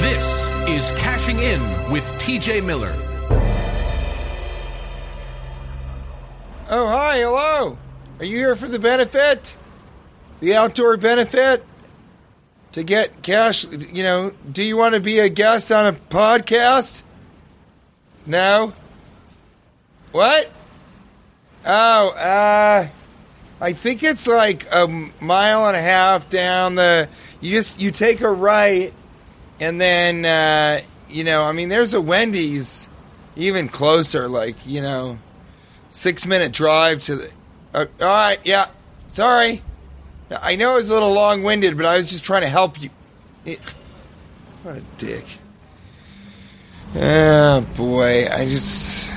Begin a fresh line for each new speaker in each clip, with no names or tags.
This is Cashing In with TJ Miller.
Oh, hi, hello. Are you here for the benefit? The outdoor benefit? To get cash, you know, do you want to be a guest on a podcast? No? What? Oh, uh, I think it's like a mile and a half down the. You just, you take a right, and then, uh, you know, I mean, there's a Wendy's even closer, like, you know six minute drive to the. Uh, all right, yeah. Sorry. I know it was a little long winded, but I was just trying to help you. Eh, What a dick. Oh, boy. I just.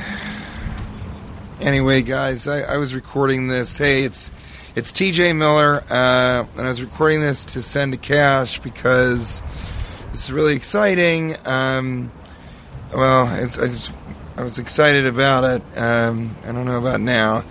Anyway, guys, I, I was recording this. Hey, it's it's TJ Miller, uh, and I was recording this to send to Cash because this is really exciting. Um, well, it's, I, just, I was excited about it. Um, I don't know about now,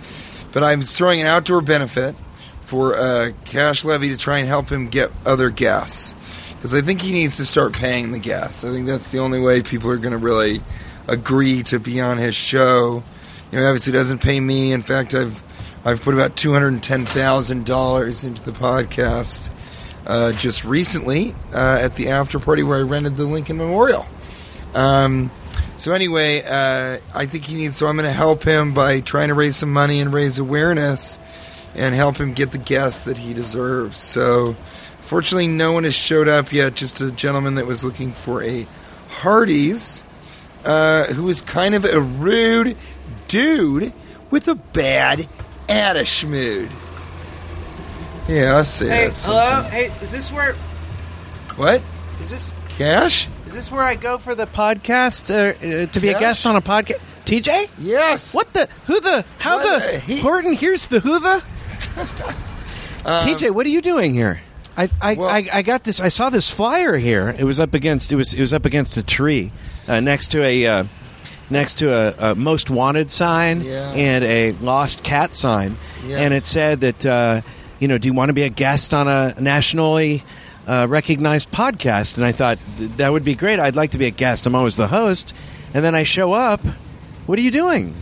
but I'm throwing an outdoor benefit for uh, Cash Levy to try and help him get other gas because I think he needs to start paying the gas. I think that's the only way people are going to really agree to be on his show. You know, he obviously doesn't pay me. In fact, I've I've put about two hundred and ten thousand dollars into the podcast uh, just recently uh, at the after party where I rented the Lincoln Memorial. Um, so anyway, uh, I think he needs. So I'm going to help him by trying to raise some money and raise awareness, and help him get the guests that he deserves. So, fortunately, no one has showed up yet. Just a gentleman that was looking for a Hardee's, uh, who is kind of a rude dude with a bad attitude. Yeah, I see
Hey,
that.
hello.
sometimes.
Hey, is this where
What?
is this
Cash?
is this where I go for the podcast or, uh, to be
Yes.
a guest on a podcast? TJ,
Yes.
what the who the how
What
the,
the he-
Horton? Here's the who the. TJ, what are you doing here? I I,
Um, Well-
I I got this. I saw this flyer here. It was up against it was it was up against a tree, uh, next to a. Uh, Next to a, a most wanted sign
Yeah.
and a lost cat sign,
Yeah.
and it said that uh, you know, do you want to be a guest on a nationally uh, recognized podcast? And I thought "Th- that would be great. I'd like to be a guest. I'm always the host, and then I show up. What are you doing?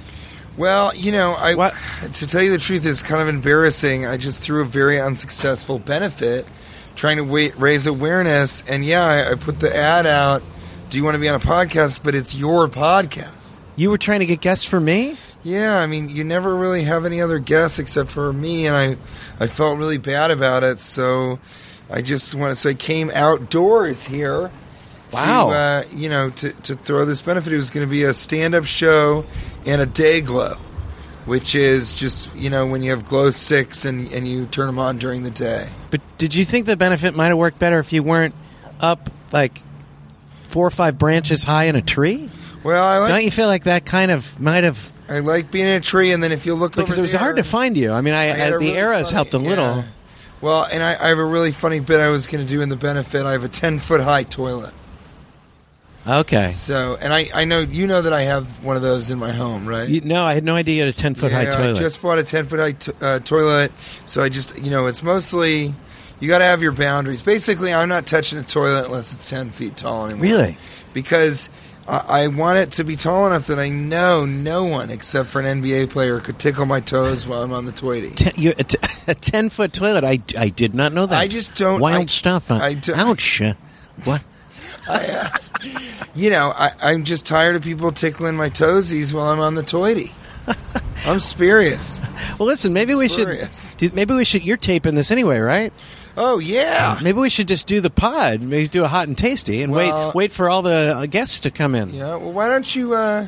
Well, you know, I
What?
to tell you the truth it's kind of embarrassing. I just threw a very unsuccessful benefit trying to wait, raise awareness, and yeah, I, I put the ad out. Do you want to be on a podcast? But it's your podcast.
You were trying to get guests for me.
Yeah, I mean, you never really have any other guests except for me, and I, I felt really bad about it. So, I just want to. So I came outdoors here.
Wow.
To, uh, you know, to to throw this benefit, it was going to be a stand up show and a day glow, which is just you know when you have glow sticks and and you turn them on during the day.
But did you think the benefit might have worked better if you weren't up like four or five branches high in a tree?
Well, I like
Don't you feel like that kind of might have
I like being in a tree, and then if you look
because
over
it was
there-
hard to find you. I mean, I,
I had
I-
a
the
really
arrows
funny-
helped a
yeah.
little.
Well, and I, I have a really funny bit I was going to do in the benefit. I have a ten foot high toilet.
Okay.
So, and I, I know you know that I have one of those in my home, right?
You, no, I had no idea you had a ten foot high
Yeah, I
toilet.
just bought a ten foot high t- uh, toilet, so I just you know it's mostly you got to have your boundaries. Basically, I'm not touching a toilet unless it's ten feet tall anymore.
Really?
Because I, I want it to be tall enough that I know no one except for an NBA player could tickle my toes while I'm on the toity.
Ten, you, a, t- a ten foot toilet. I, I did not know that.
I just don't-
Wild
I-
stuff.
I
I
don't-
Ouch. uh, What?
You know, I, I'm just tired of people tickling my toesies while I'm on the toity. I'm spurious.
Well, listen. Maybe we
Spurious.
should. do- Maybe we should. You're taping this anyway, right?
Oh yeah.
Maybe we should just do the pod. Maybe do a hot and tasty, and
Well-
wait. Wait for all the uh, guests to come in.
Yeah, well, why don't you? Uh,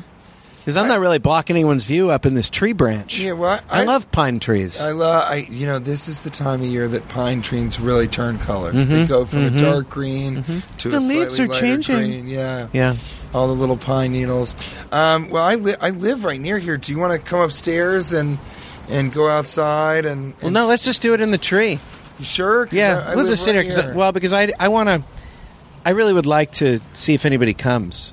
Because I'm not really blocking anyone's view up in this tree branch.
Yeah, well,
I, love pine trees.
I love. I you know this is the time of year that pine trees really turn colors. They go from a dark green to
Mm-hmm. The
a
leaves
slightly
are
lighter
changing.
green. Yeah,
yeah.
All the little pine needles. Um, well, I li- I live right near here. Do you want to come upstairs and and go outside and,
Well,
and-
no, let's just do it in the tree.
You sure? 'Cause
Yeah,
I, I
let's
live
just sit
right
here. 'cause I- well, because I, I want to, I really would like to see if anybody comes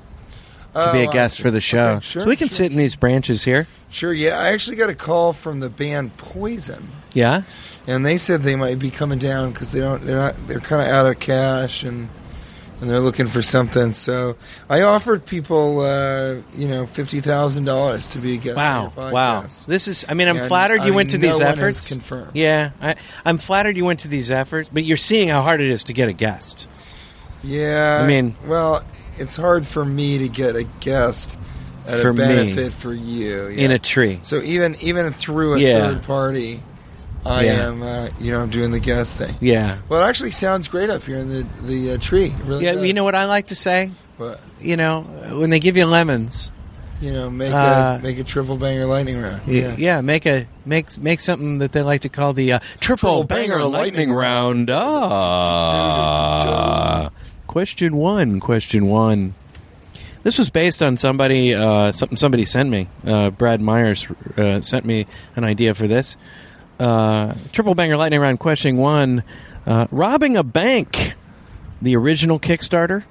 to be
Oh,
a
I
guest
see.
for the show.
Okay, sure,
so we can
sure.
sit in these branches here.
Sure. Yeah, I actually got a call from the band Poison.
Yeah.
and they said they might be coming down because they don't they're not they're kind of out of cash and and they're looking for something. So I offered people uh, you know fifty thousand dollars to be a guest.
Wow.
on your
Wow.
podcast.
This is, I mean, I'm
And,
flattered
I
you went to
mean,
these
no one has
efforts.
confirmed.
Yeah. I, I'm flattered you went to these efforts, but you're seeing how hard it is to get a guest.
yeah,
I mean-
well, it's hard for me to get a guest at
For
a
me.
benefit for you yeah.
in a tree.
So even even through a
Yeah.
third party, I
Yeah.
am uh, you know I'm doing the guest thing.
Yeah.
Well, it actually sounds great up here in the the uh, tree. It really
Yeah,
does.
you know what I like to say?
But-
You know, when they give you lemons,
You know, make
Uh,
a make a triple banger lightning round.
yeah, yeah make a make make something that they like to call the uh, triple,
Triple
banger,
banger
lightning,
lightning
round. Ah. Question 1, question 1. This was based on somebody uh, something somebody sent me. Uh, Brad Myers uh, sent me an idea for this. Uh, triple banger lightning round question 1. Uh, robbing a bank. The original Kickstarter?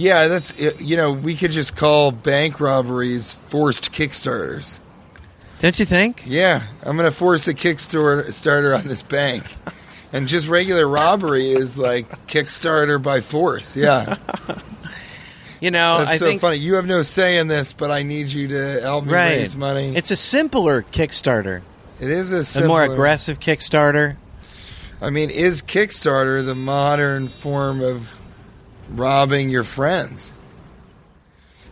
Yeah, that's you know we could just call bank robberies forced kickstarters.
Don't you think?
Yeah, I'm gonna force a Kickstarter starter on this bank, and just regular robbery is like Kickstarter by force. Yeah,
You know,
that's
Oh, I
so
think
funny. You have no say in this, but I need you to help me
right.
raise money.
It's a simpler Kickstarter,
it is
a
a,
more
simpler-
aggressive Kickstarter.
I mean, is Kickstarter the modern form of robbing your friends?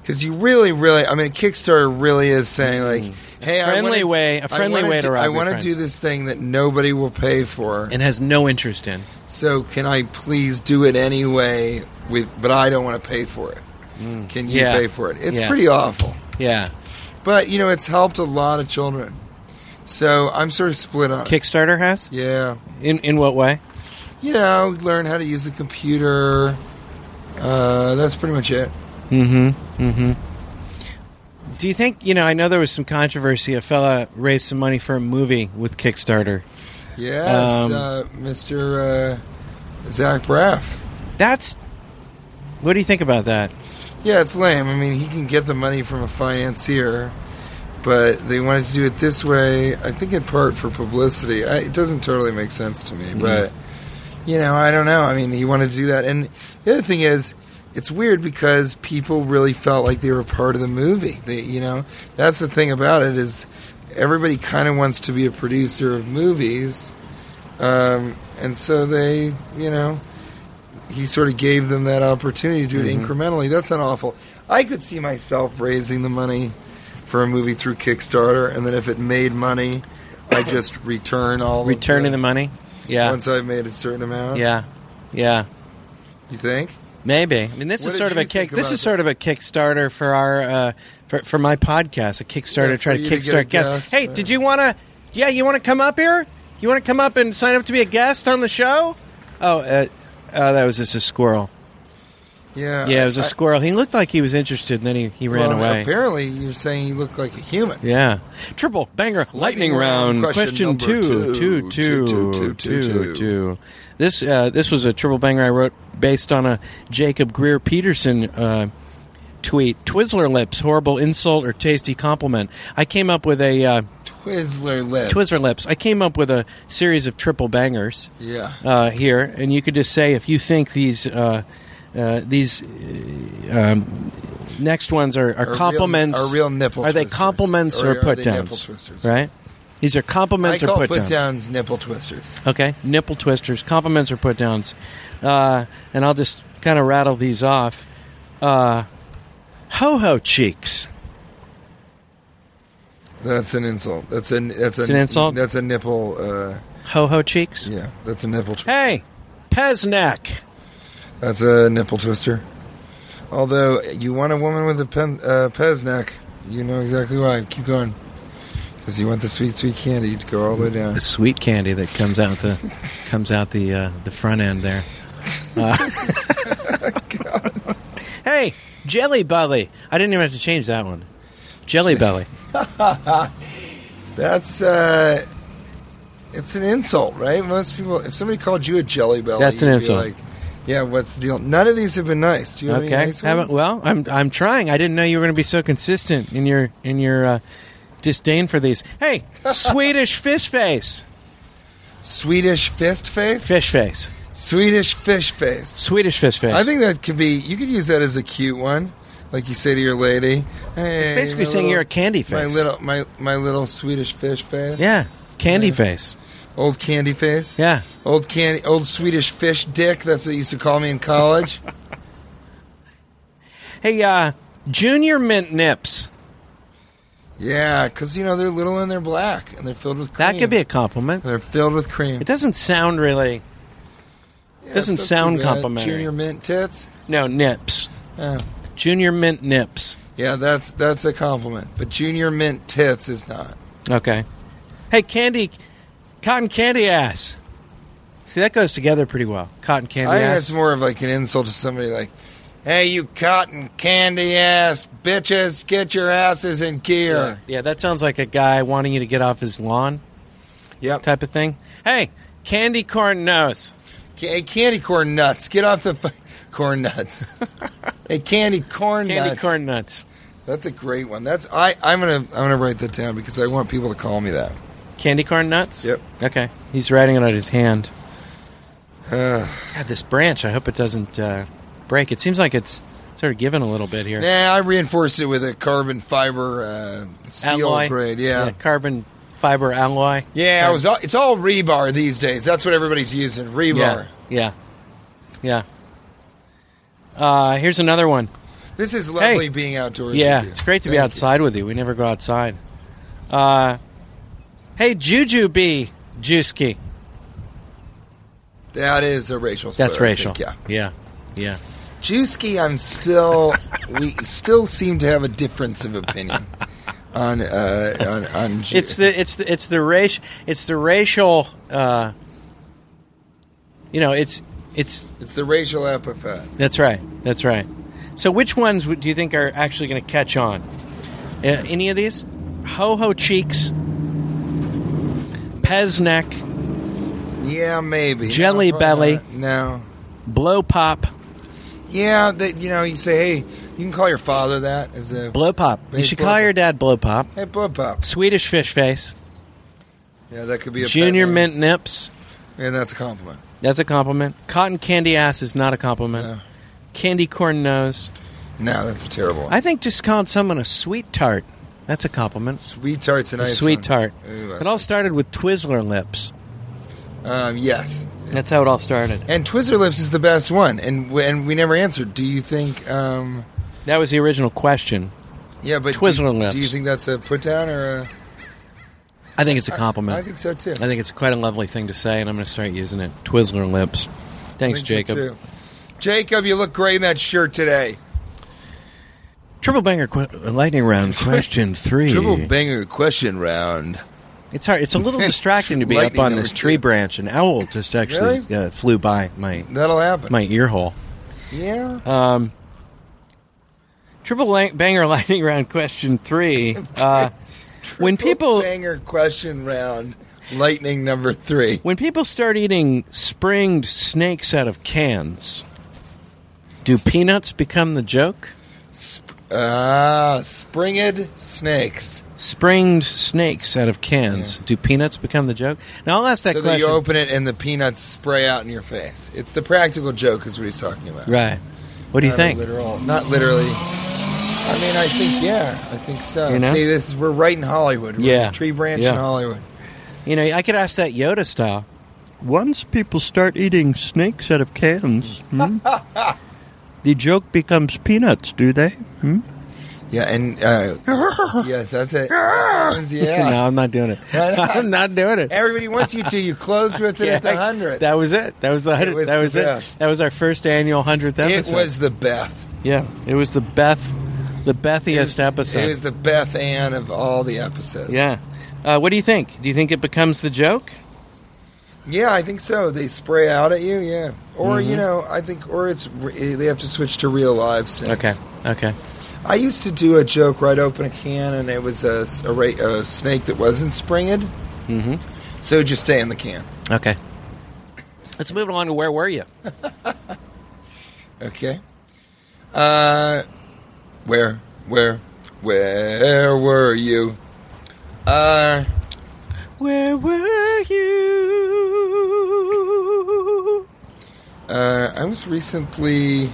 Because you really, really, I mean, Kickstarter really is saying like, "Hey, I
Mm. friendly
wanna-
way- a
I
friendly
wanna
way to
do-
rob
I
your
wanna
friends.
do this thing that nobody will pay for,
and has no interest in.
so can I please do it anyway? With but I don't want to pay for it. Can you
Mm. Yeah.
pay for it? It's
Yeah.
pretty awful,
Yeah,
but you know, it's helped a lot of children. So I'm sort of split on it.
Kickstarter has.
Yeah.
In in what way?
you know, learn how to use the computer. Uh, that's pretty much it.
Do you think you know? I know there was some controversy. A fella raised some money for a movie with Kickstarter.
Yes,
Um,
uh, Mr. Uh, Zach Braff.
That's. What do you think about that?
Yeah, it's lame. I mean, he can get the money from a financier, but they wanted to do it this way. I think in part for publicity. I, it doesn't totally make sense to me, but you know, I don't know. I mean, he wanted to do that, and the other thing is, it's weird because people really felt like they were part of the movie. They, you know, that's the thing about it is everybody kind of wants to be a producer of movies, um, and so they, you know, he sort of gave them that opportunity to do
Mm-hmm.
it incrementally. That's not awful. I could see myself raising the money for a movie through Kickstarter, and then if it made money, I just return all of
Returning
the
the money? Yeah,
once I've made a certain amount.
yeah, yeah.
You think?
Maybe. I mean, this
What
is
did
sort of
you
a kick.
think
This
about
is sort of a Kickstarter for our uh, for for my podcast. A Kickstarter
Yeah,
to
for
try to
you to get
kickstart
a
guests.
guest,
hey,
uh,
did you want to? Yeah, you want to come up here? You want to come up and sign up to be a guest on the show? Oh, uh, uh, that was just a squirrel.
Yeah.
Yeah, it was a
Uh, I-
squirrel. He looked like he was interested, and then he, he ran
well,
away.
Apparently, you're saying you look like a human.
Yeah. Triple banger lightning,
Lightning
round.
round.
Question,
Question number
two, two,
two,
two, two, two,
two, two, two, two.
This uh, this was a triple banger I wrote based on a Jacob Greer Peterson uh, tweet. Twizzler lips, horrible insult or tasty compliment. I came up with a uh,
Twizzler lips.
Twizzler lips. I came up with a series of triple bangers
Yeah.
uh, here, and you could just say if you think these uh, uh, these uh, um, next ones are, are,
real-
compliments,
are real nipple
Are they
twisters,
compliments
or
or,
are they
put
nipple
downs?
twisters?
Right. These are
I
compliments
call
or
put
put
downs.
downs.
nipple twisters.
Okay, nipple twisters, compliments or put downs, uh, and I'll just kind of rattle these off. Uh, Ho ho cheeks.
That's an insult. That's an that's
It's
a,
an insult?
That's a nipple. Uh,
Ho ho cheeks.
yeah, that's a nipple. Twister.
Hey, Pezneck.
That's a nipple twister. Although you want a woman with a pen, uh, Pez neck, you know exactly why. Keep going, because you want the sweet, sweet candy to go all the way down.
The sweet candy that comes out the comes out the uh, the front end there. Uh, hey, Jelly Belly! I didn't even have to change that one. Jelly Belly.
That's uh, it's an insult, right? Most people, if somebody called you a jelly belly,
That's an
you'd be
insult.
Like, yeah, what's the deal? None of these have been nice. Do you have any
Okay.
nice
Haven't-
ones?
well, I'm I'm trying. I didn't know you were going to be so consistent in your in your uh, disdain for these. Hey, Swedish fish face,
Swedish fist face.
fish face,
Swedish fish face.
Swedish fish face.
I think that could be. You could use that as a cute one, like you say to your lady. Hey,
it's basically
my
saying
little-
you're a candy face.
my little my my little Swedish fish face.
yeah, candy face.
old candy face.
Yeah,
old candy, old Swedish fish dick. That's what they used to call me in college.
Hey, uh, Junior Mint Nips.
yeah, because you know they're little and they're black and they're filled with cream.
That could be a compliment.
They're filled with cream.
It doesn't sound really.
Yeah,
doesn't
it's not
sound
too bad.
complimentary.
Junior mint tits.
No, nips.
Yeah.
Junior Mint Nips.
yeah, that's that's a compliment. But junior mint tits is not.
Okay. Hey, candy, cotton candy ass. See, that goes together pretty well. Cotton candy
I think
ass.
that's more of like an insult to somebody like, hey, you cotton candy ass bitches, get your asses in gear.
Yeah, that sounds like a guy wanting you to get off his lawn
Yep.
type of thing. Hey, candy corn nose.
Hey, candy corn nuts, get off the f- corn nuts. hey, candy corn
Candy
nuts.
corn nuts.
That's a great one. That's I. I'm gonna I'm gonna write that down because I want people to call me that.
Candy corn nuts?
Yep.
Okay. He's writing it on his hand.
Uh,
God, this branch, I hope it doesn't uh, break. It seems like it's sort of giving a little bit here.
nah, I reinforced it with a carbon fiber uh, steel
Alloy.
grade. Yeah,
Carbon fiber alloy.
Yeah, it was all, it's all rebar these days. That's what everybody's using. Rebar.
Yeah. Yeah. yeah. Uh, here's another one.
This is lovely
Hey.
being outdoors.
yeah,
with you.
it's great to be
Thank
outside with you. We never go outside. Uh, hey, Juju B. Juski.
you. That is a racial. Slur,
That's
I
racial.
think, yeah,
Yeah. Yeah.
Juicy. I'm still. we still seem to have a difference of opinion on uh, on on. Ju-
It's the it's the it's the race it's the racial uh, you know, it's it's
it's the racial epithet.
That's right. That's right. So, which ones would- do you think are actually going to catch on? Uh, any of these? Ho ho cheeks, pez neck,
Yeah, maybe
Jelly
No, probably
belly.
not. No.
blow pop,
Yeah, that you know. You say, hey, you can call your father that as a
blow pop. You
Hey,
should
blow
call
pop.
your dad blow pop.
hey, blood pops.
Swedish fish face,
Yeah, that could be a pet
junior
name.
mint nips.
and that's a compliment.
That's a compliment. Cotton candy ass is not a compliment.
No.
Candy corn nose.
No, that's a terrible one.
I think just calling someone a sweet tart. That's a compliment.
Sweet tart's a
A
nice
sweet
one.
tart.
Ooh, I
It all started with Twizzler lips.
Um, yes.
That's how it all started.
And Twizzler Lips is the best one. And w- and we never answered. Do you think? Um,
That was the original question.
yeah, but do-
Twizzler Lips.
Do you think that's a put down or? A,
I think it's a compliment.
I think so too.
I think it's quite a lovely thing to say, and I'm going to start using it. Twizzler lips. Thanks,
so,
Jacob.
too. Jacob, you look great in that shirt today.
Triple banger qu- lightning round question three.
Triple banger question round.
it's hard. It's a little distracting to be up
Lightning
on
number
this
two.
tree branch. An owl just actually uh, flew by my
That'll happen.
my ear hole.
Yeah.
Um, triple lang- banger lightning round question three. Uh, when people
banger question round. Lightning number three.
when people start eating springed snakes out of cans, do peanuts become the joke?
Ah, springed snakes.
springed snakes out of cans. Do peanuts become the joke? Now I'll ask that
so that you
question.
open it and the peanuts spray out in your face. It's the practical joke, is what he's talking about.
right. What do you
Not a
think?
literal- not literally. I mean, I think yeah, I think so.
You know?
See, this is we're right in Hollywood. We're
Yeah.
in tree branch
Yeah.
in Hollywood.
You know, I could ask that Yoda style.
Once people start eating snakes out of cans, hmm, the joke becomes peanuts, do they? Hmm?
Yeah, and uh, yes, that's it.
no,
yeah,
I'm not doing it.
Right on.
I'm not doing it.
everybody wants you to. You closed with it at the
Okay.
hundred.
That was it. That was the hundred.
was
That
the
was it.
best.
That was our first annual hundredth
It
episode.
was the Beth.
Yeah, it was the Beth, the
It was-
Bethiest episode.
It was the Beth Ann of all the episodes.
yeah. Uh, what do you think? Do you think it becomes the joke?
Yeah, I think so. They spray out at you, yeah. Or you know, I think, or it's they have to switch to real live scenes.
Okay. Okay.
I used to do a joke right open a can, and it was a, a, ra- a snake that wasn't springed. Mm-hmm. So just stay in the can.
Okay. Let's move along to where were you?
Okay. Uh, where, where, where were you? Uh,
Where were you?
uh, I was recently.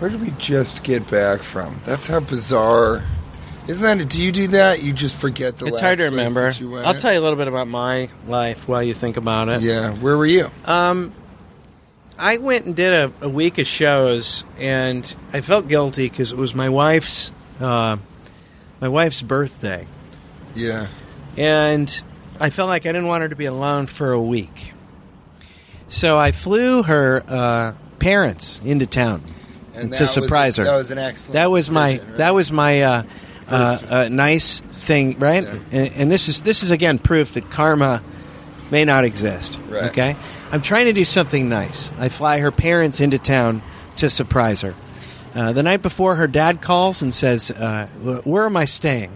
Where did we just get back from? That's how bizarre. Isn't that? Do you do that? You just forget the.
It's
last
hard to
place
remember.
that you went?
I'll tell you a little bit about my life while you think about it.
Yeah, where were you?
Um, I went and did a, a week of shows, and I felt guilty because it was my wife's uh, my wife's birthday,
Yeah,
and I felt like I didn't want her to be alone for a week. So I flew her uh, parents into town
that
to
was-
surprise her.
That was an excellent.
That was my
decision, right?
that was my uh, uh,
First-
uh, nice thing, right?
Yeah.
And, and this is this is again proof that karma may not exist.
Right.
Okay, I'm trying to do something nice. I fly her parents into town to surprise her. Uh, the night before, her dad calls and says, uh, "Wh- "Where am I staying?"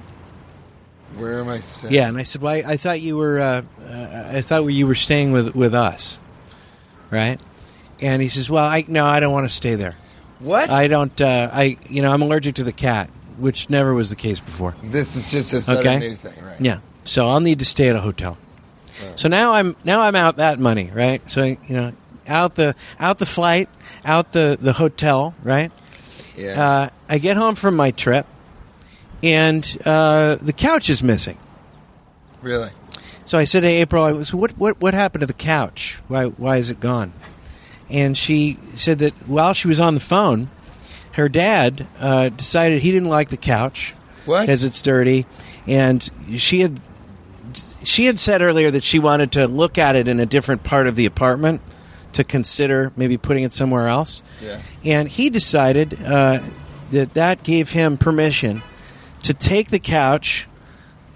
Where am I staying?
Yeah, and I said, "Well, I, I thought you were, uh, uh, I thought you were staying with with us, right?" And he says, "Well, I no, I don't want to stay there."
What?
I don't. Uh, I you know I'm allergic to the cat, which never was the case before.
this is just a sudden
Okay.
new thing, right?
Yeah, so I'll need to stay at a hotel. So now I'm now I'm out that money, right? So you know, out the out the flight, out the the hotel, right? Uh,
Yeah.
I get home from my trip, and uh, the couch is missing.
really?
So I said to April, I was, what, what, what happened to the couch? Why, why is it gone? And she said that while she was on the phone, her dad uh, decided he didn't like the couch
What?
because it's dirty, and she had she had said earlier that she wanted to look at it in a different part of the apartment to consider maybe putting it somewhere else.
Yeah.
And he decided uh, that that gave him permission to take the couch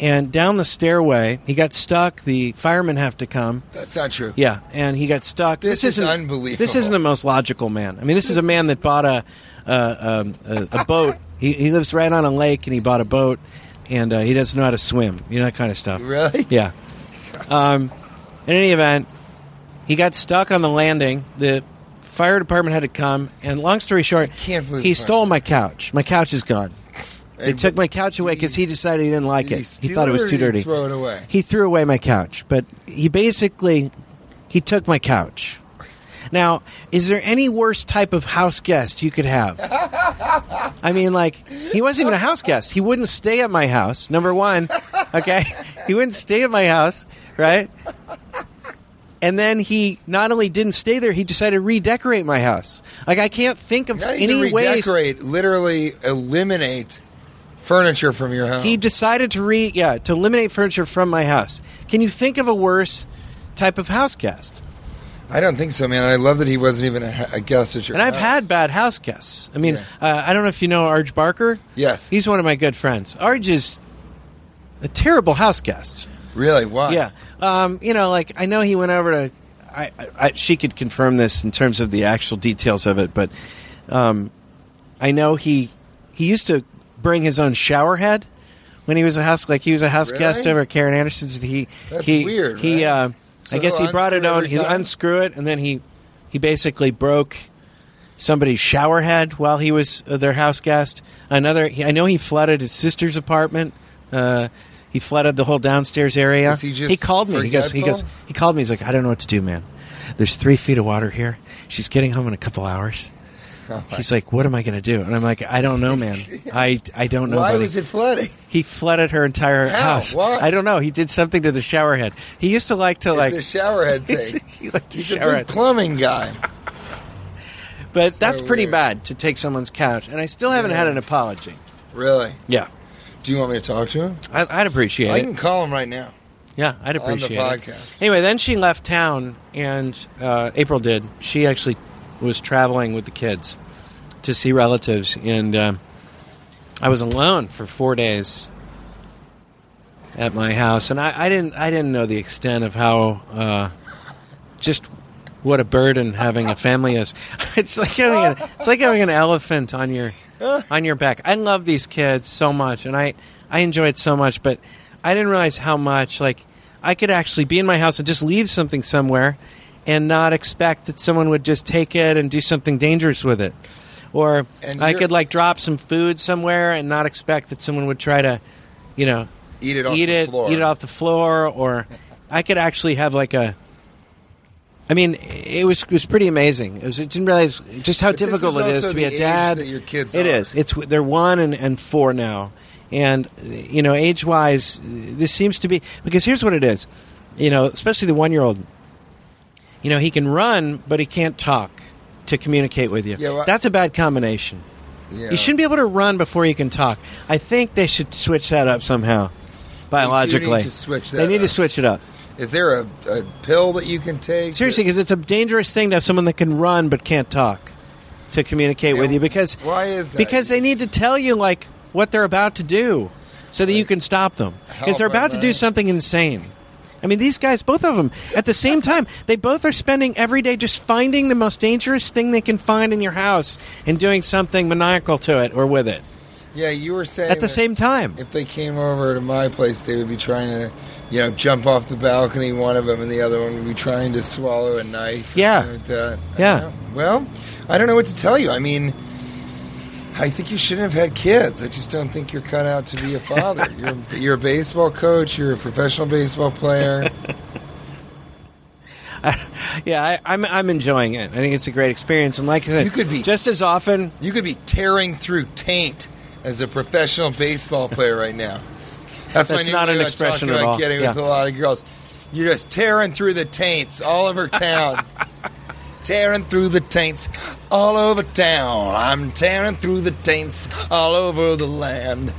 and down the stairway. He got stuck. The firemen have to come.
That's not true.
Yeah, and he got stuck.
This is
isn't
unbelievable.
This isn't the most logical man. I mean, this is a man that bought a uh, um, a, a boat. He, he lives right on a lake, and he bought a boat, and uh, he doesn't know how to swim. You know that kind of stuff.
Really?
Yeah. Um, in any event, he got stuck on the landing. The fire department had to come, and long story short,
can't believe
he
the fire-
stole my couch. My couch is gone. They
And
took my couch away because he decided he didn't like
did he
it. He
steal
thought it
it
was
or
too
did he
dirty.
throw it away?
He threw away my couch, but he basically he took my couch. Now, is there any worse type of house guest you could have? I mean, like he wasn't even a house guest. He wouldn't stay at my house. Number one, okay, he wouldn't stay at my house, right? And then he not only didn't stay there, he decided to redecorate my house. Like I can't think of
Not
any
even
ways
redecorate, literally eliminate furniture from your home.
He decided to re yeah to eliminate furniture from my house. Can you think of a worse type of house guest?
I don't think so, man. I love that he wasn't even a, a guest at your.
And I've
house.
had bad house guests. I mean,
Yeah.
uh, I don't know if you know Arj Barker.
Yes.
he's one of my good friends. Arj is a terrible house guest.
really why?
Yeah, um, you know, like I know he went over to. I, I, I, she could confirm this in terms of the actual details of it, but um, I know he he used to bring his own shower head when he was a house like he was a house guest
Really?
over at Karen Anderson's. And he
That's
he,
weird,
He
right?
uh,
So
I guess he
he'll
brought it
unscrew
on.
every
He
time?
unscrew it and then he he basically broke somebody's shower head while he was uh, their house guest. Another, he, I know he flooded his sister's apartment. Uh, he flooded the whole downstairs area.
Is he just
called me. He goes, he goes.
forgetful?
He called me. He's like, I don't know what to do, man. There's three feet of water here. She's getting home in a couple hours.
Oh,
He's like, what am I going to do? And I'm like, I don't know, man. I, I don't know.
Why
buddy."
was it flooding?
He flooded her entire
How?
house.
Why?
I don't know. He did something to the shower head. He used to like to like
it's a showerhead
He's-
thing.
he liked to
He's
shower
a big
it.
plumbing guy.
But
So
that's pretty
weird.
bad to take someone's couch, and I still haven't
Yeah.
had an apology.
Really?
Yeah,
Do you want me to talk to him?
I, I'd appreciate
I
it.
can call him right now.
yeah, I'd
on the
appreciate it.
podcast.
Anyway, then she left town, and uh, April did. She actually was traveling with the kids, to see relatives, and uh, I was alone for four days at my house, and I, I didn't I didn't know the extent of how uh, just what a burden having a family is. it's like having a, it's like having an elephant on your on your back. I love these kids so much, and I I enjoy it so much, but I didn't realize how much like I could actually be in my house and just leave something somewhere and not expect that someone would just take it and do something dangerous with it. Or
And
I
you're-
could like drop some food somewhere and not expect that someone would try to, you know,
Eat it off
eat
the
it,
floor.
eat it off the floor, or I could actually have like a. I mean, it was it was pretty amazing. It was, I didn't realize just how
But this
difficult
is
it is
also
to be
the
a
age
dad.
that your kids
It
are.
is. It's they're one and, and four now, and you know, age wise, this seems to be because here's what it is. You know, especially the one year old. You know, he can run, but he can't talk to communicate with you.
Yeah, well-
That's a bad combination.
Yeah.
You shouldn't be able to run before you can talk. I think they should switch that up somehow. Biologically,
to switch
they
that
need to
up.
switch it up
Is there a, a pill that you can take?
seriously because it's a dangerous thing to have someone that can run but can't talk to communicate with you because
why is that?
because they need to tell you like what they're about to do so that you can stop them because
Help,
they're about to do
right.
something insane i mean these guys both of them at the same time they both are spending every day just finding the most dangerous thing they can find in your house and doing something maniacal to it or with it
Yeah, you were saying
at the
that
same time
If they came over to my place, they would be trying to, you know, jump off the balcony. One of them, and the other one would be trying to swallow a knife. or
Yeah.
something like that. I
Yeah.
don't know. Well, I don't know what to tell you. I mean. I think you shouldn't have had kids. I just don't think you're cut out to be a father. you're, you're a baseball coach. You're a professional baseball player.
yeah I, I'm, I'm enjoying it i think it's a great experience and like I said,
You could be-
just as often
You could be tearing through taint as a professional baseball player right now. That's, my
That's
new
not
way
an
of
expression
talking
at
about
all.
Getting with
Yeah.
a lot of girls, you're just tearing through the taints all over town. tearing through the taints all over town. I'm tearing through the taints all over the land.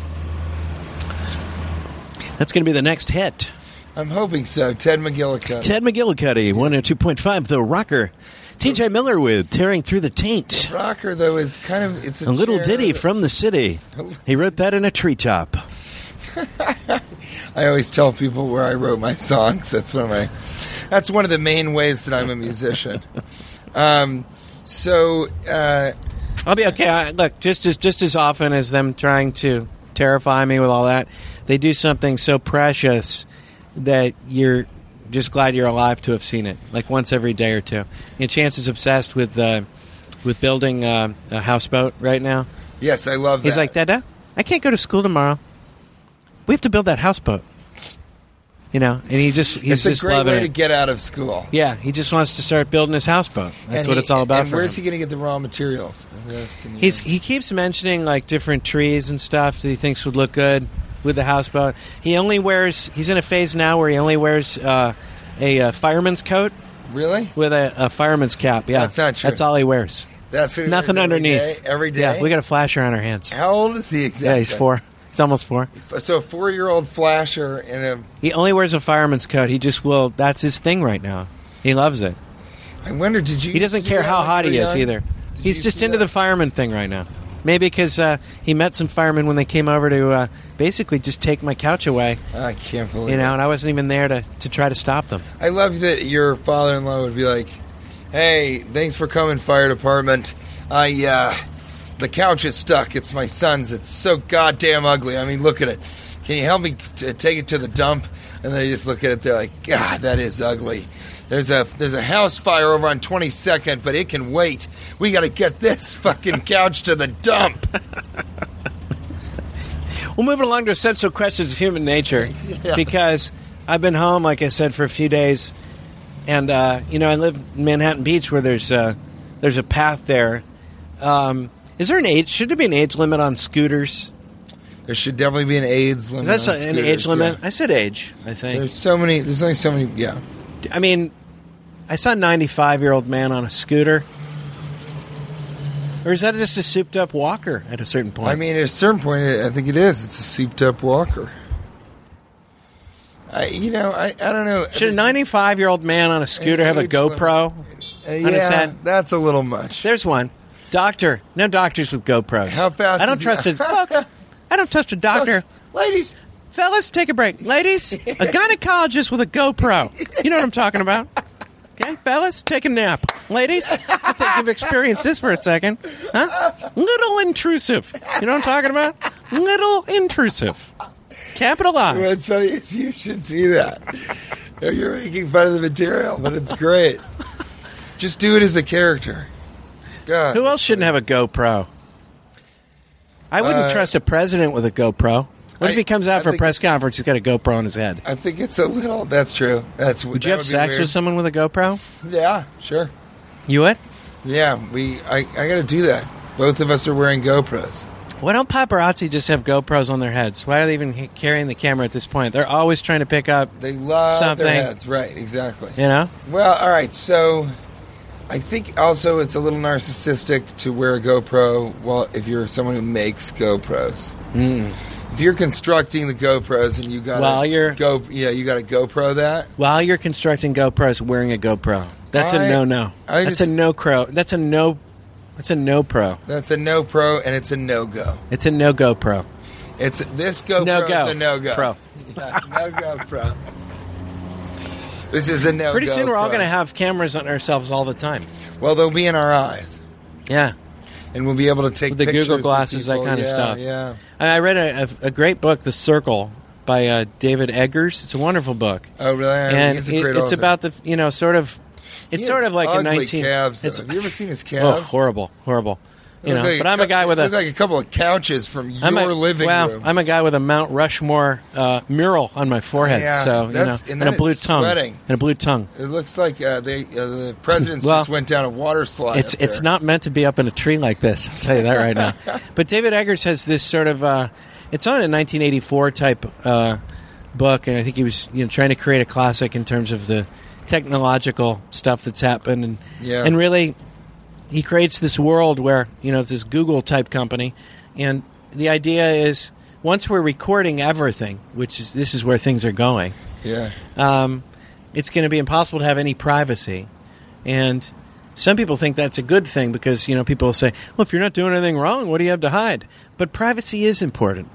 that's going to be the next hit
I'm hoping so. Ted McGillicuddy.
Ted McGillicuddy, 102.5 The Rocker. TJ Miller with Tearing Through the Taint.
Rocker though is kind of it's a,
A little
chair
ditty
that-
from the city. He wrote that in a treetop.
I always tell people where I wrote my songs. That's one of my. That's one of the main ways that I'm a musician. Um, so uh,
I'll be okay. I, look, just as just as often as them trying to terrify me with all that, they do something so precious that you're just glad you're alive to have seen it. Like once every day or two. And Chance is obsessed with uh, with building uh, a houseboat right now.
yes, I love.
He's
that.
like, Dada, I can't go to school tomorrow. We have to build that houseboat. You know, and he just he's
it's
just
a great
loving
way to
it.
get out of school.
yeah, he just wants to start building his houseboat. That's
And
what
he-
it's all about
And
for
where's
him.
he going to get the raw materials? I was asking you.
He's he keeps mentioning like different trees and stuff that he thinks would look good with the houseboat. He only wears he's in a phase now where he only wears uh, a uh, fireman's coat
really.
with a, a fireman's cap. Yeah,
That's not true.
That's all he wears.
That's what he
Nothing
wears every
underneath.
day- every day.
Yeah, we got a flasher on our hands.
How old is he exactly?
Yeah, he's four. He's almost four.
So a four-year-old flasher and a.
He only wears a fireman's coat. He just will. That's his thing right now. He loves it.
I wonder. Did you?
He doesn't
see
care
that
how
when
hot
you
he
were
is
young?
either.
Did
He's
you
just
see
into
that?
the fireman thing right now. Maybe because uh, he met some firemen when they came over to uh, basically just take my couch away,
I can't believe.
you
it.
know, and I wasn't even there to, to try to stop them.
I love that your father-in-law would be like, "Hey, thanks for coming, fire department. I uh, the couch is stuck. It's my son's. It's so goddamn ugly. I mean, look at it. Can you help me t- take it to the dump?" And they just look at it. They're like, "God, that is ugly." There's a there's a house fire over on 22nd, but it can wait. We got to get this fucking couch to the dump.
We'll move along to essential questions of human nature because I've been home, like I said, for a few days, and uh, you know I live in Manhattan Beach where there's a, there's a path there. Um, is there an age? Should there be an age limit on scooters?
There should definitely be an AIDS
Is
limit.
that so-
on
an age
scooters,
limit?
yeah.
I said age. I think.
There's so many. There's only so many. Yeah.
I mean, I saw a 95 year old man on a scooter. Or is that just a souped up walker at a certain point?
I mean, at a certain point, I think it is. It's a souped up walker. I, you know, I, I don't know.
should a 95 year old man on a scooter have a
Age limit.
GoPro?
Uh,
his
yeah,
head?
that's a little much.
There's one. Doctor, no doctors with GoPros.
How fast
I don't
is he-
trust a folks. I don't trust a doctor.
Ladies,
Fellas, take a break. Ladies, a gynecologist with a GoPro. You know what I'm talking about. Okay, fellas, take a nap. Ladies, I think you've experienced this for a second. Huh? Little intrusive. You know what I'm talking about? Little intrusive. Capital I.
what's funny is you should do that. You're making fun of the material, but it's great. Just do it as a character. God.
Who else shouldn't have a GoPro? I wouldn't
Uh,
trust a president with a GoPro. What if
I-
he comes out
I
for a
think
press
it's-
conference? He's got a GoPro on his head.
I think it's a little. That's true. That's.
Would you have sex with someone with a GoPro?
Yeah, sure.
You would?
Yeah, we. I. I got to do that. Both of us are wearing GoPros.
Why don't paparazzi just have GoPros on their heads? Why are they even h- carrying the camera at this point? They're always trying to pick up,
They love
Something.
their heads. Right. Exactly.
you know?
Well, all right. So, I think also it's a little narcissistic to wear a GoPro. Well, if you're someone who makes GoPros, if you're constructing the GoPros and you got
Hmm. While you're-
go, yeah, you got to GoPro that.
While you're constructing GoPros, wearing a GoPro. That's a
I-
no no.
I
That's
just-
a no pro. That's a no. That's a no pro.
That's a no pro and it's a no go.
It's a no GoPro.
It's this GoPro
No go.
is a no go.
Pro.
Yeah, no go pro. This is a no.
Pretty soon we're all
pro.
going to have cameras on ourselves all the time.
Well, they'll be in our eyes,
Yeah.
and we'll be able to take
With the
pictures
Google
of
glasses, that
people.
kind of
Yeah,
stuff.
Yeah.
I I read a, a, a great book, The Circle, by uh, David Eggers. It's a wonderful book.
Oh, really? I mean,
and
he's
it,
a great
it's
author.
about the you know sort of
He
it's
has
sort of like
ugly
a 19
calves. Though.
it's
Have you ever seen his
oh
calves?
horrible horrible you
They
know
look like
but i'm a
cou-
guy with
they look
a
like a couple of couches from your
I'm a,
living
wow,
room.
I'm a guy with a Mount Rushmore uh, mural on my forehead.
Yeah,
so you know,
that's- and
and,
that
a blue
is
tongue,
sweating.
and a blue tongue.
it looks like uh, they, uh, the presidents
Well,
just went down a water slide.
It's
up
it's
there.
not meant to be up in a tree like this. I'll tell you that right now. But David Eggers has this sort of uh, it's on a 1984 type uh, book, and I think he was you know trying to create a classic in terms of the technological stuff that's happened, and
Yeah.
and really he creates this world where you know it's this Google type company, and the idea is once we're recording everything, which is this is where things are going
Yeah.
um, it's going to be impossible to have any privacy. And some people think that's a good thing because you know people will say, "Well, if you're not doing anything wrong, what do you have to hide?" But privacy is important.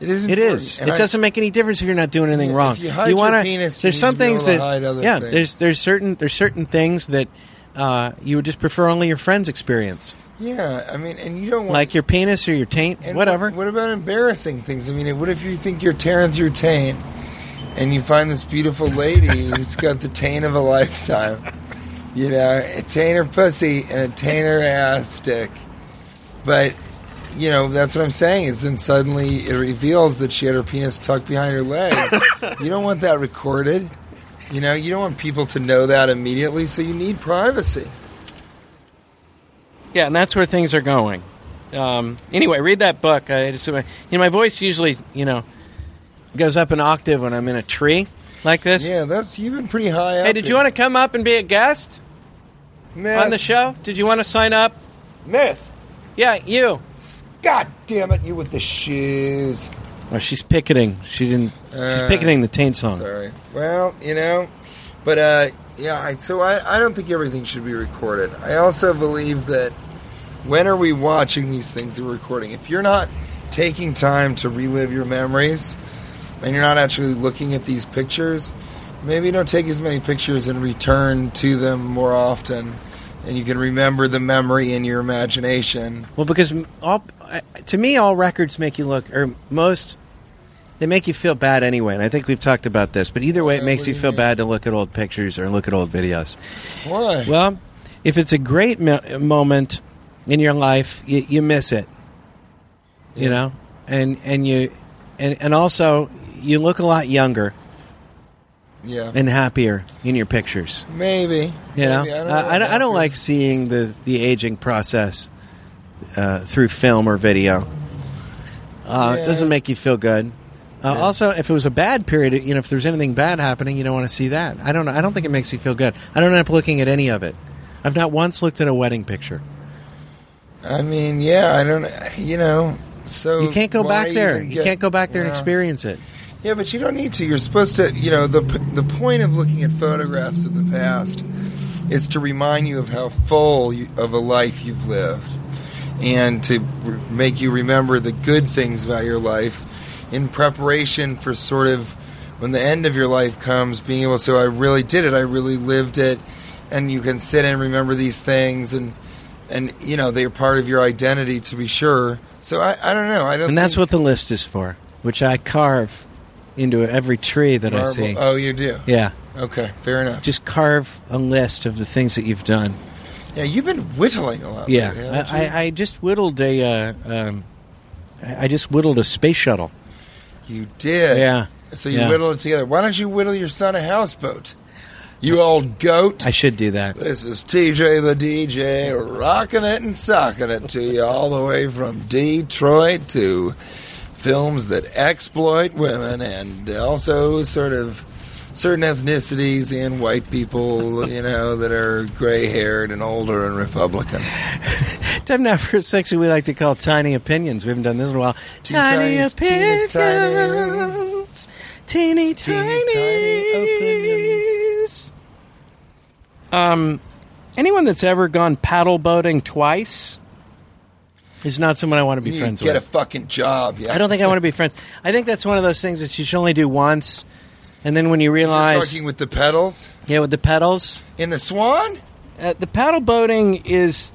It is.
It is.
important. And
it
I-
doesn't make any difference if you're not doing anything
Yeah,
wrong.
if you hide your
wanna,
penis, you
there's
need
some
to be able
things
to
that
hide other
yeah.
things.
There's there's certain there's certain things that uh, you would just prefer only your friends experience,
Yeah. I mean, and you don't want
like your penis or your taint,
And
whatever.
What, what about embarrassing things? I mean, what if you think you're tearing through taint and you find this beautiful lady who's got the taint of a lifetime? You know, a taint her pussy and a taint her ass stick. But, you know, that's what I'm saying is then suddenly it reveals that she had her penis tucked behind her legs. you don't want that recorded. You know, you don't want people to know that immediately, so you need privacy.
Yeah, and that's where things are going. Um, anyway, read that book. I just, you know, my voice usually, you know, goes up an octave when I'm in a tree like this.
Yeah, that's you've been pretty high up.
Hey, did you want to come up and be a guest
to
on the show? Did you want to sign up?
Miss.
Yeah, you.
God damn it, you with the shoes.
Oh, she's picketing. She didn't.
Uh,
she's picketing the taint song.
Sorry. Well, you know, but uh, yeah. I, so I, I don't think everything should be recorded. I also believe that when are we watching these things that we're recording? If you're not taking time to relive your memories, and you're not actually looking at these pictures, maybe don't take as many pictures and return to them more often. And you can remember the memory in your imagination.
Well, because m- all I- to me, all records make you look, or most, they make you feel bad anyway. And I think we've talked about this. But either way, it
Uh,
makes
what
you
do you
feel
mean?
bad to look at old pictures or look at old videos.
Why?
Well, if it's a great mo- moment in your life, you, you miss it. You know, and and you, and and also you look a lot younger
yeah,
and happier in your pictures.
maybe.
You know,
Maybe.
I, I, don't, I don't
know.
like seeing the the aging process uh, through film or video. Uh, It
Yeah.
doesn't make you feel good. Uh, Also, if it was a bad period, you know, if there's anything bad happening, you don't want to see that. I don't know. I don't think it makes you feel good. I don't end up looking at any of it. I've not once looked at a wedding picture.
I mean, yeah, I don't, you know, so
You can't go
Oh, why
back there.
even
You
get-
can't go back there and
Yeah.
experience it.
Yeah, but you don't need to. You're supposed to, you know, the p- the point of looking at photographs of the past is to remind you of how full you, of a life you've lived. and to r make you remember the good things about your life in preparation for sort of when the end of your life comes, being able to say, "Oh, I really did it, I really lived it, and you can sit and remember these things and. And you know they're part of your identity, to be sure. So I, I don't know. I don't.
And that's
think-
what the list is for, which I carve into every tree that I
Marble-
see.
Oh, you do.
Yeah.
Okay, fair enough.
Just carve a list of the things that you've done.
yeah, you've been whittling a lot.
Yeah.
lately, haven't
I,
you?
I, I just whittled a. Uh, um, I I just whittled a space shuttle.
You did.
Yeah.
So you
Yeah.
whittle it together. Why don't you whittle your son a houseboat? You old goat.
I should do that.
this is TJ the DJ, rocking it and socking it to you all the way from Detroit to films that exploit women and also sort of certain ethnicities and white people, you know, that are gray haired and older and Republican.
Time now for a section we like to call Tiny Opinions. We haven't done this in a while.
Two tinies, teeny tinies.
Teeny,
Teeny
tiny,
tiny
opinions. Um, anyone that's ever gone paddle boating twice is not someone I want to be
You
friends
get
with.
a fucking job. Yeah.
I don't think I want to be friends. I think that's one of those things that you should only do once, and then when you
You're
realize,
talking with the pedals
yeah, with the pedals,
in the Swan.
uh, the paddle boating is.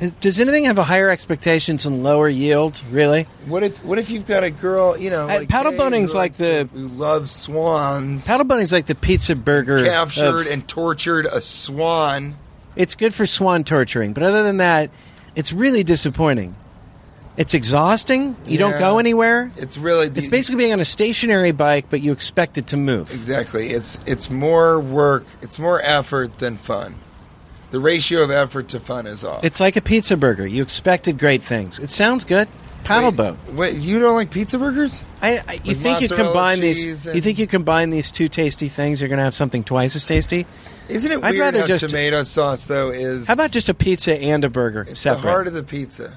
is- Does anything have a higher expectations and lower yield? Really?
What if what if you've got a girl, you know,
Uh,
like
paddle
Dave
boating's
who
like
likes
the-
who loves swans,
Paddle boating's like the pizza burger.
captured
of-
and tortured a swan.
it's good for swan torturing, but other than that, it's really disappointing. It's exhausting. You
Yeah.
don't go anywhere.
It's really the,
It's basically being on a stationary bike, but you expect it to move.
exactly. It's it's more work, it's more effort than fun. The ratio of effort to fun is off.
It's like a pizza burger. You expected great things. It sounds good. Paddle
Wait,
boat.
Wait, you don't like pizza burgers?
I, I, you
With
think you
mozzarella
combine
cheese
these?
and-
You think you combine these two tasty things? You're going to have something twice as tasty.
Isn't it
I'd
weird
rather
how
just-
tomato sauce though is
How about just a pizza and a burger
it's
separate?
the heart of the pizza.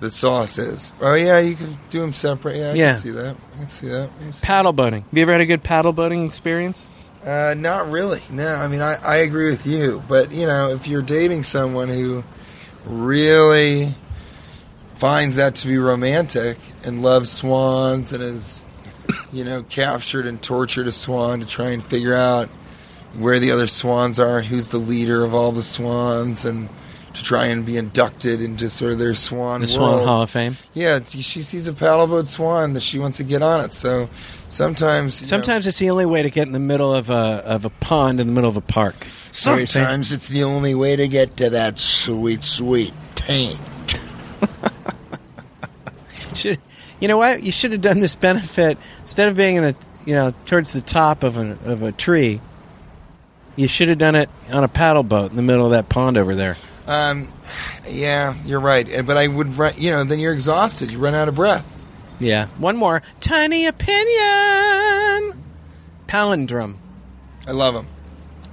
The sauce is. Oh yeah, you can do them separate. Yeah, I
Yeah.
can see that. I can see that. I can see
paddle boating. Have you ever had a good paddle boating experience?
Uh, not really. No, I mean, I, I agree with you. But, you know, if you're dating someone who really finds that to be romantic and loves swans and is, you know, captured and tortured a swan to try and figure out where the other swans are and who's the leader of all the swans and to try and be inducted into sort of their swan
The Swan
world.
Hall of Fame.
Yeah, she sees a paddleboat swan that she wants to get on it. So sometimes, you know,
Sometimes it's the only way to get in the middle of a of a pond in the middle of a park. Is that what you're saying?
Sometimes it's the only way to get to that sweet, sweet taint.
Should- you know what? You should have done this benefit instead of being in the you know towards the top of a of a tree. You should have done it on a paddle boat in the middle of that pond over there.
Um, yeah, you're right. And- But I would, run, you know, then you're exhausted. You run out of breath.
Yeah. One more tiny opinion. Palindrome.
I love them.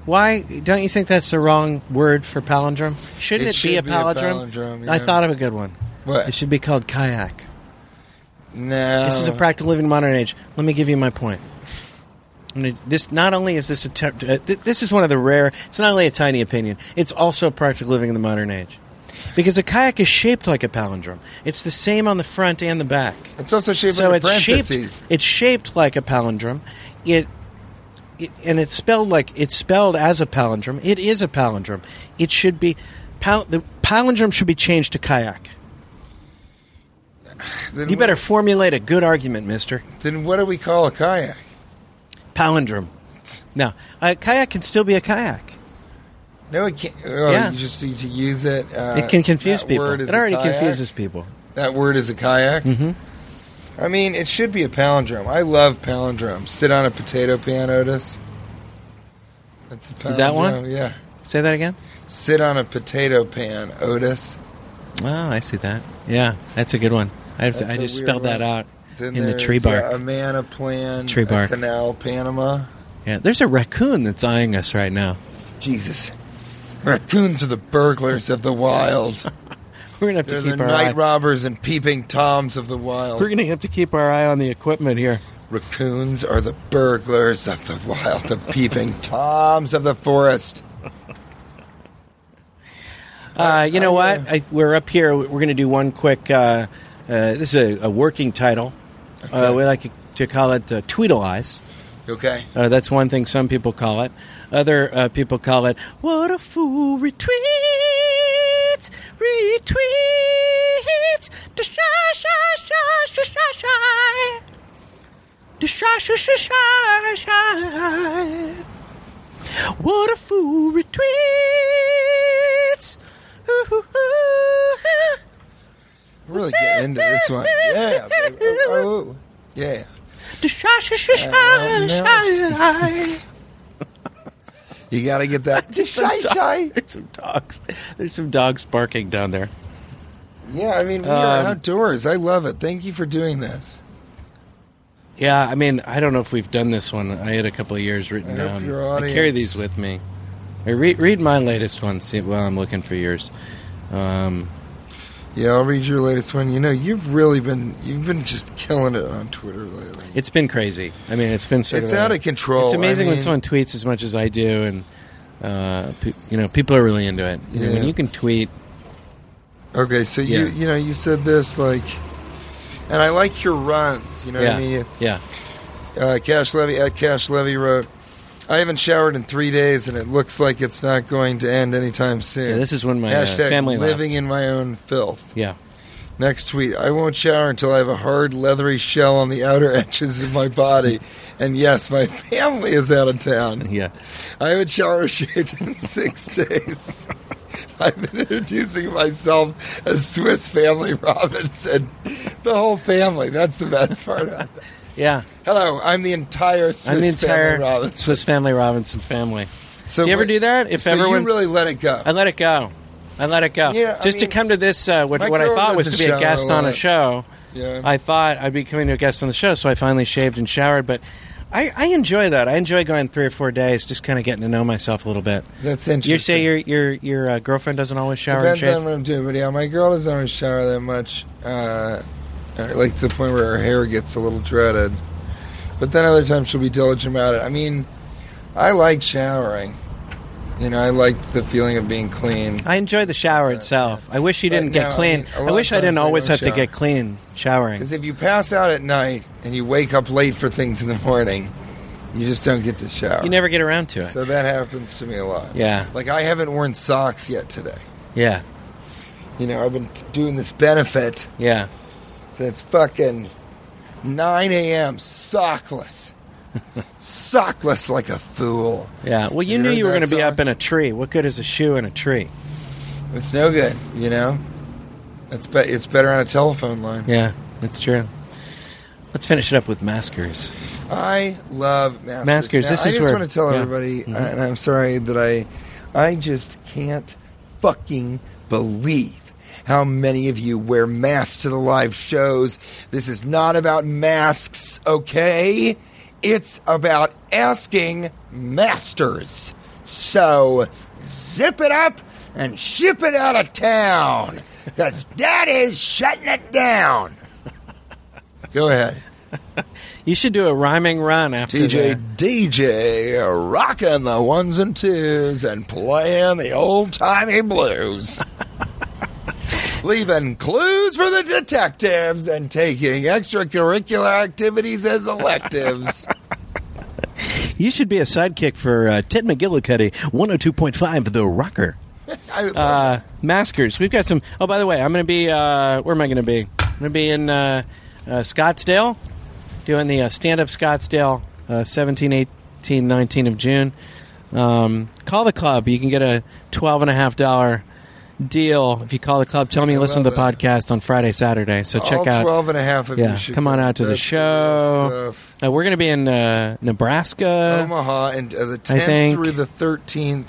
Why don't you think that's the wrong word for palindrome? Shouldn't
It
it, be,
should
a
be a
palindrome?
palindrome,
I
yeah.
thought of a good one.
What?
It should be called kayak.
no.
This is a practical living in modern age. Let me give you my point. I'm gonna- This not only is this a ter- uh, th- this is one of the rare. It's not only a tiny opinion. It's also practical living in the modern age, because a kayak is shaped like a palindrome. It's the same on the front and the back.
It's also shaped
So
like
it's
parentheses.
shaped. It's shaped like a palindrome. It, it and it's spelled like it's spelled as a palindrome. It is a palindrome. It should be pal- the palindrome should be changed to kayak.
Then
You
what-
better formulate a good argument, Mister.
Then what do we call a kayak?
palindrome. No, a kayak can still be a kayak.
No, it can't. Oh,
Yeah.
You just need to use it. Uh,
It can confuse
that
people.
word is
It
a
already
kayak.
confuses people.
That word is a kayak. Mm-hmm. I mean, it should be a palindrome. I love palindromes. Sit on a potato pan, Otis. That's a palindrome.
Is that one?
Yeah.
Say that again.
Sit on a potato pan, Otis.
Oh, I see that. Yeah, that's a good one. I have to,
That's
I
a
just
weird
spelled that
one.
out
Then
in the
there's,
tree bark.
yeah,
Yeah,
a man, a plan,
Tree
a
bark.
canal, Panama.
there's a raccoon that's eyeing us right now.
Jesus. Raccoons are the burglars of the wild.
We're gonna have
They're
to
the
keep our eye.
night robbers and peeping toms of the wild.
We're gonna have to keep our eye on the equipment here.
Raccoons are the burglars of the wild, the peeping toms of the forest.
Uh, you know what? I, we're up here. We're going to do one quick. Uh, uh, this is a, a working title. Uh, we like to call it uh, Tweedle Eyes.
Okay.
Uh, that's one thing some people call it. Other uh, people call it "What a fool retweets, retweets, da shy, shy, shy, shy, shy, shy, da shy, shy, shy, shy, shy. What a fool retweets." Ooh, ooh, ooh.
We're really getting into this one. Yeah. baby. Oh, yeah.
Da shy, shy, shy, shy, shy.
You got to get that. shy, shy.
There's some dogs. There's some dogs barking down there.
Yeah, I mean, we are
Um,
outdoors. I love it. Thank you for doing this.
Yeah, I mean, I don't know if we've done this one. I had a couple of years written
I hope
down.
your
I carry
audience-
these with me. I read, read my latest one see, while I'm looking for yours. Um,
Yeah, I'll read your latest one. You know, you've really been you've been just killing it on Twitter lately.
it's been crazy. I mean, it's been sort
It's
of a-
out of control.
It's amazing
I
when
mean-
someone tweets as much as I do, and uh, pe- you know, people are really into it. You know, when
Yeah.
you can tweet,
Okay, so you
Yeah.
you know you said this like, and I like your runs. You know what
yeah,
I mean?
yeah,
Uh, Cash Levy at Cash Levy wrote, "I haven't showered in three days, and it looks like it's not going to end anytime soon."
Yeah, this is when my uh,
Hashtag
family
living
left.
in my own filth.
yeah.
Next tweet: I won't shower until I have a hard, leathery shell on the outer edges of my body. And yes, my family is out of town.
Yeah.
I haven't showered or shaved in six days. I've been introducing myself as Swiss Family Robinson. The whole family. That's the best part about it.
Yeah.
Hello, I'm the entire Swiss
I'm the entire
Family Robinson.
Swiss Family Robinson family.
So
do you ever Uh,
wait-
do that? If
so
everyone's-
you really let it go.
I let it go. I let it go.
Yeah, I
Just
mean,
to come to this, uh, what,
my
what I
girl
thought was to
doesn't
be a
shower
guest
a
on a
lot.
show.
uh, Yeah.
I thought I'd be coming to a guest on the show, so I finally shaved and showered. But I, I enjoy that. I enjoy going three or four days, just kind of getting to know myself a little bit.
That's interesting.
You say your your your uh, girlfriend doesn't always shower
Depends
and shave.
on what I'm doing, but yeah, my girl doesn't always shower that much. Uh, uh, like to the point where her hair gets a little dreaded. But then other times she'll be diligent about it. I mean, I like showering. You know, I like the feeling of being clean.
I enjoy the shower itself. I wish you
But
didn't
no,
get
I
clean.
mean, a
I,
lot of
wish I
times
didn't
I
always
don't
have to
shower.
get clean showering.
Because if you pass out at night and you wake up late for things in the morning, you just don't get to shower.
You never get around to it.
so that happens to me a lot.
Yeah.
Like I haven't worn socks yet today.
yeah,
You know, I've been doing this benefit
yeah.
since fucking 9 a.m. Sockless. Sockless like a fool.
Yeah. Well, you,
You
knew
heard
you were
that
going to be
song?
up in a tree. What good is a shoe in a tree?
It's no good, you know? It's, be- it's better on a telephone line.
Yeah, that's true. Let's finish it up with maskers.
I love maskers.
Maskers,
Now,
this
I
is
just
where-
want to tell
yeah. Mm-hmm.
everybody, uh, and I'm sorry that I, I just can't fucking believe. How many of you wear masks to the live shows? This is not about masks, okay? It's about asking masters. So zip it up and ship it out of town, because that is shutting it down. Go ahead.
You should do a rhyming run after
DJ
that.
DJ rocking the ones and twos and playing the old timey blues. Leaving clues for the detectives and taking extracurricular activities as electives.
You should be a sidekick for uh, Ted McGillicuddy, 102.5 The Rocker.
I would love-
Uh, maskers. We've got some. Oh, by the way, I'm going to be. Uh, where am I going to be? I'm going to be in uh, uh, Scottsdale doing the uh, stand up Scottsdale uh, 17, 18, 19 of June. Um, call the club. You can get a $12.5 deal if you call the club. Tell me you listen to the
love
podcast on Friday, Saturday. So
all
check out.
12 and a half of you
Yeah,
should
come on
go.
out to the
That's
show.
good stuff.
Uh, we're going to be in uh, Nebraska.
Omaha and uh, the 10th
think-
through the 13th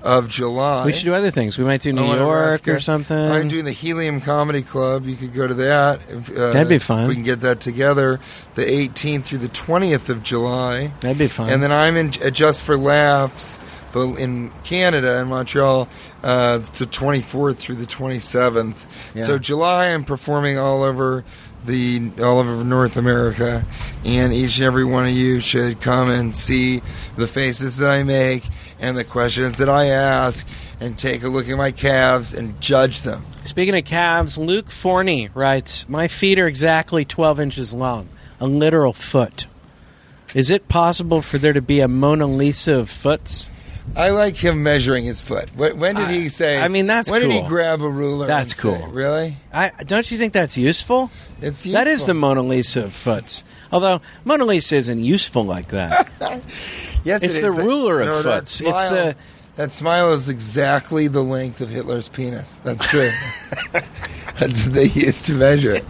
of July.
we should do other things. We might do New
Oh, in
York
Nebraska.
or something.
I'm doing the Helium Comedy Club. You could go to that. If, uh,
That'd be
If
fun.
we can get that together, the 18th through the 20th of July,
That'd be fun.
and then I'm in at Just for Laughs, the, in Canada in Montreal, uh, the 24th through the 27th.
Yeah.
So July, I'm performing all over the all over North America, and each and every one of you should come and see the faces that I make and the questions that I ask and take a look at my calves and judge them.
Speaking of calves, Luke Forney writes, "My feet are exactly 12 inches long, a literal foot. Is it possible for there to be a Mona Lisa of foots?"
I like him measuring his foot. Wh- When did he say?
I mean, that's
when did he
cool.
grab a ruler?
That's
and say-
cool.
really,
I don't you think that's useful?
it's
That is the
useful.
Mona Lisa of foots. Although Mona Lisa isn't useful like that.
yes,
it's
it is.
the ruler of
no, that
foots. It's
smile-
the-
that smile is exactly the length of Hitler's penis. That's true. that's what they used to measure it.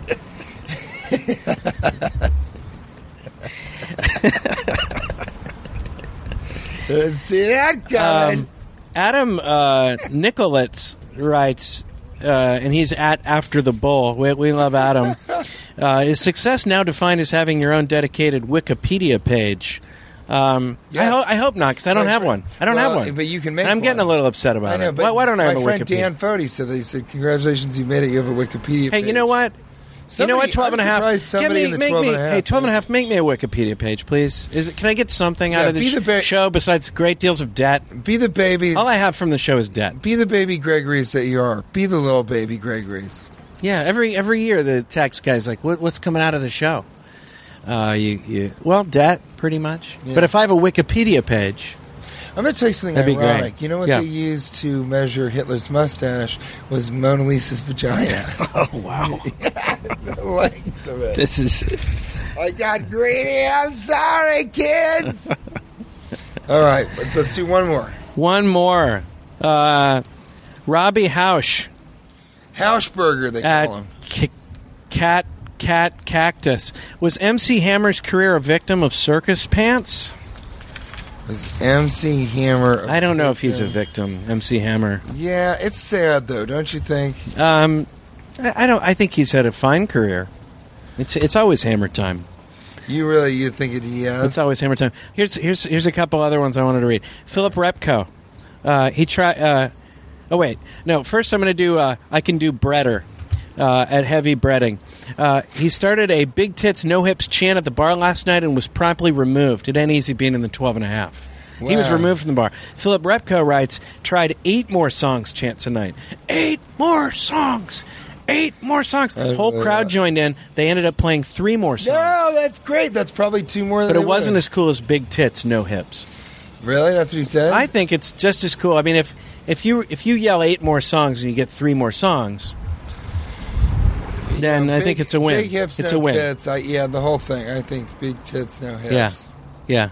Didn't See that coming?
Um, Adam uh, Nicolitz writes, uh, and he's at After the Bull. We, we love Adam. Uh, is success now defined as having your own dedicated Wikipedia page? Um, I,
Yes.
ho- I hope not, because I don't
My
have
fri-
one. I don't
Well,
have one.
but you can make
And I'm getting a
one.
little upset about
I know,
it.
but
Why, why don't I
my
have a
friend
Wikipedia?
Dan Fody said they said, "Congratulations, you made it. You have a Wikipedia."
hey, you
page."
know what? you
Somebody-
know what? Twelve and a
I'm
half.
surprised
Give
somebody
me,
in the
make
12
me,
and a half
hey, twelve and a
page.
half. Make me a Wikipedia page, please. Is it? Can I get something
Yeah,
out of
be
this
the ba-
show besides great deals of debt?
Be the baby.
All I have from the show is debt.
Be the baby Gregory's that you are. Be the little baby Gregory's.
Yeah, every every year the tax guy's like, what, "What's coming out of the show?" Uh, you, you well, debt pretty much.
Yeah.
But if I have a Wikipedia page,
I'm going to tell you something
That'd be great.
ironic. You know what
Yeah.
they used to measure Hitler's mustache was Mona Lisa's vagina.
oh wow,
The length of it.
this is
I got greedy. I'm sorry, kids. All right, let- let's do one more.
one more. Uh, Robbie Hausch
Hauschberger, they
at
call him.
C- Cat Cat Cactus was MC Hammer's career a victim of circus pants?
Was MC Hammer.
I don't know if he's a victim, MC Hammer.
Yeah, it's sad though, don't you think?
Um, I, I don't. I think he's had a fine career. It's it's always Hammer time.
You really you think it he has?
It's always hammer time. Here's here's here's a couple other ones I wanted to read. Philip Repko. Uh, he tried. Uh, oh wait, no. First, I'm going to do. Uh, I can do breader. Uh, at heavy breading, uh, he started a big tits no hips chant at the bar last night and was promptly removed. It ain't easy being in the 12 and a half. He was
Wow.
removed from the bar. Philip Repko writes, tried eight more songs chant tonight. Eight more songs. Eight more songs. The whole
remember
crowd
that.
joined in. They ended up playing three more songs.
No, that's great. That's probably two more. Than
But
they
it wasn't
would've.
as cool as Big Tits, No Hips.
really. That's what he said.
I think it's just as cool. I mean, if if you if you yell eight more songs and you get three more songs, then
know,
I
big-
think it's a win.
Big hips,
it's
no
a win.
Tits. I, yeah, the whole thing. I think big tits, no hips.
Yeah, yeah.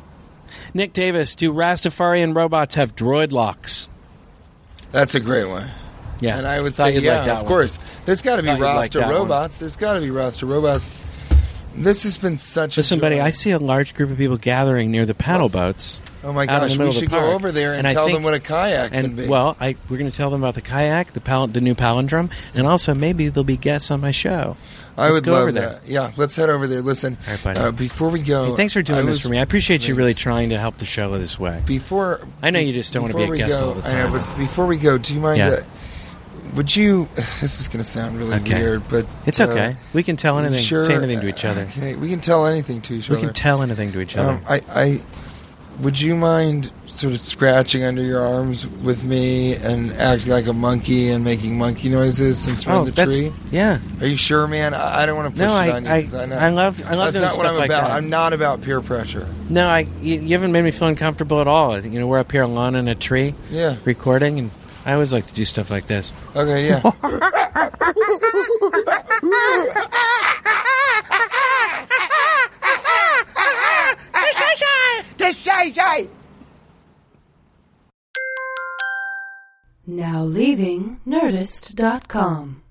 Nick Davis, do Rastafarian robots have droid locks?
that's a great one.
Yeah,
And I would
Thought
say,
you'd
yeah,
like that
of
one.
course. There's got to be
Thought you'd like
roster
that one.
robots. There's got to be roster robots. This has been such
Listen,
a
buddy,
joy.
I see a large group of people gathering near the paddle boats.
oh my
out in the
gosh,
middle
we
of the
should go
park,
over there and,
and I
tell
think-
them what a kayak can
And
be.
well, I, we're going to tell them about the kayak, the pal- the new palindrome, and also maybe there'll be guests on my show.
I
Let's
would
go
love
over there.
that. Yeah, let's head over there. Listen,
All right, buddy.
uh, before we go,
Hey, thanks for doing
I
this
was-
for me. I appreciate you really
Thanks.
trying to help the show this way.
before
I know you just don't wanna be
before
a
we
guest
go-
all the
I know,
time.
but before we go, do you mind?
Yeah.
uh, would you? This is going to sound really
Okay.
weird, but
It's
uh,
okay. We can tell anything,
sure- Uh,
say anything to each other.
Okay, we can tell anything to each
We
other.
can tell anything to each other.
Um, I, I would you mind sort of scratching under your arms with me and acting like a monkey and making monkey noises since we're in the tree?
yeah.
Are you sure, man? I, I don't want to push
Oh, No,
it
I,
on you.
I,
'cause know.
I love, I love
That's
doing
not
stuff
what I'm
like
about.
that.
I'm not about peer pressure.
no, I, you, you haven't made me feel uncomfortable at all. I think, You know, we're up here alone in a tree,
Yeah.
recording, and I always like to do stuff like this.
Okay, yeah.
Now leaving Nerdist.com.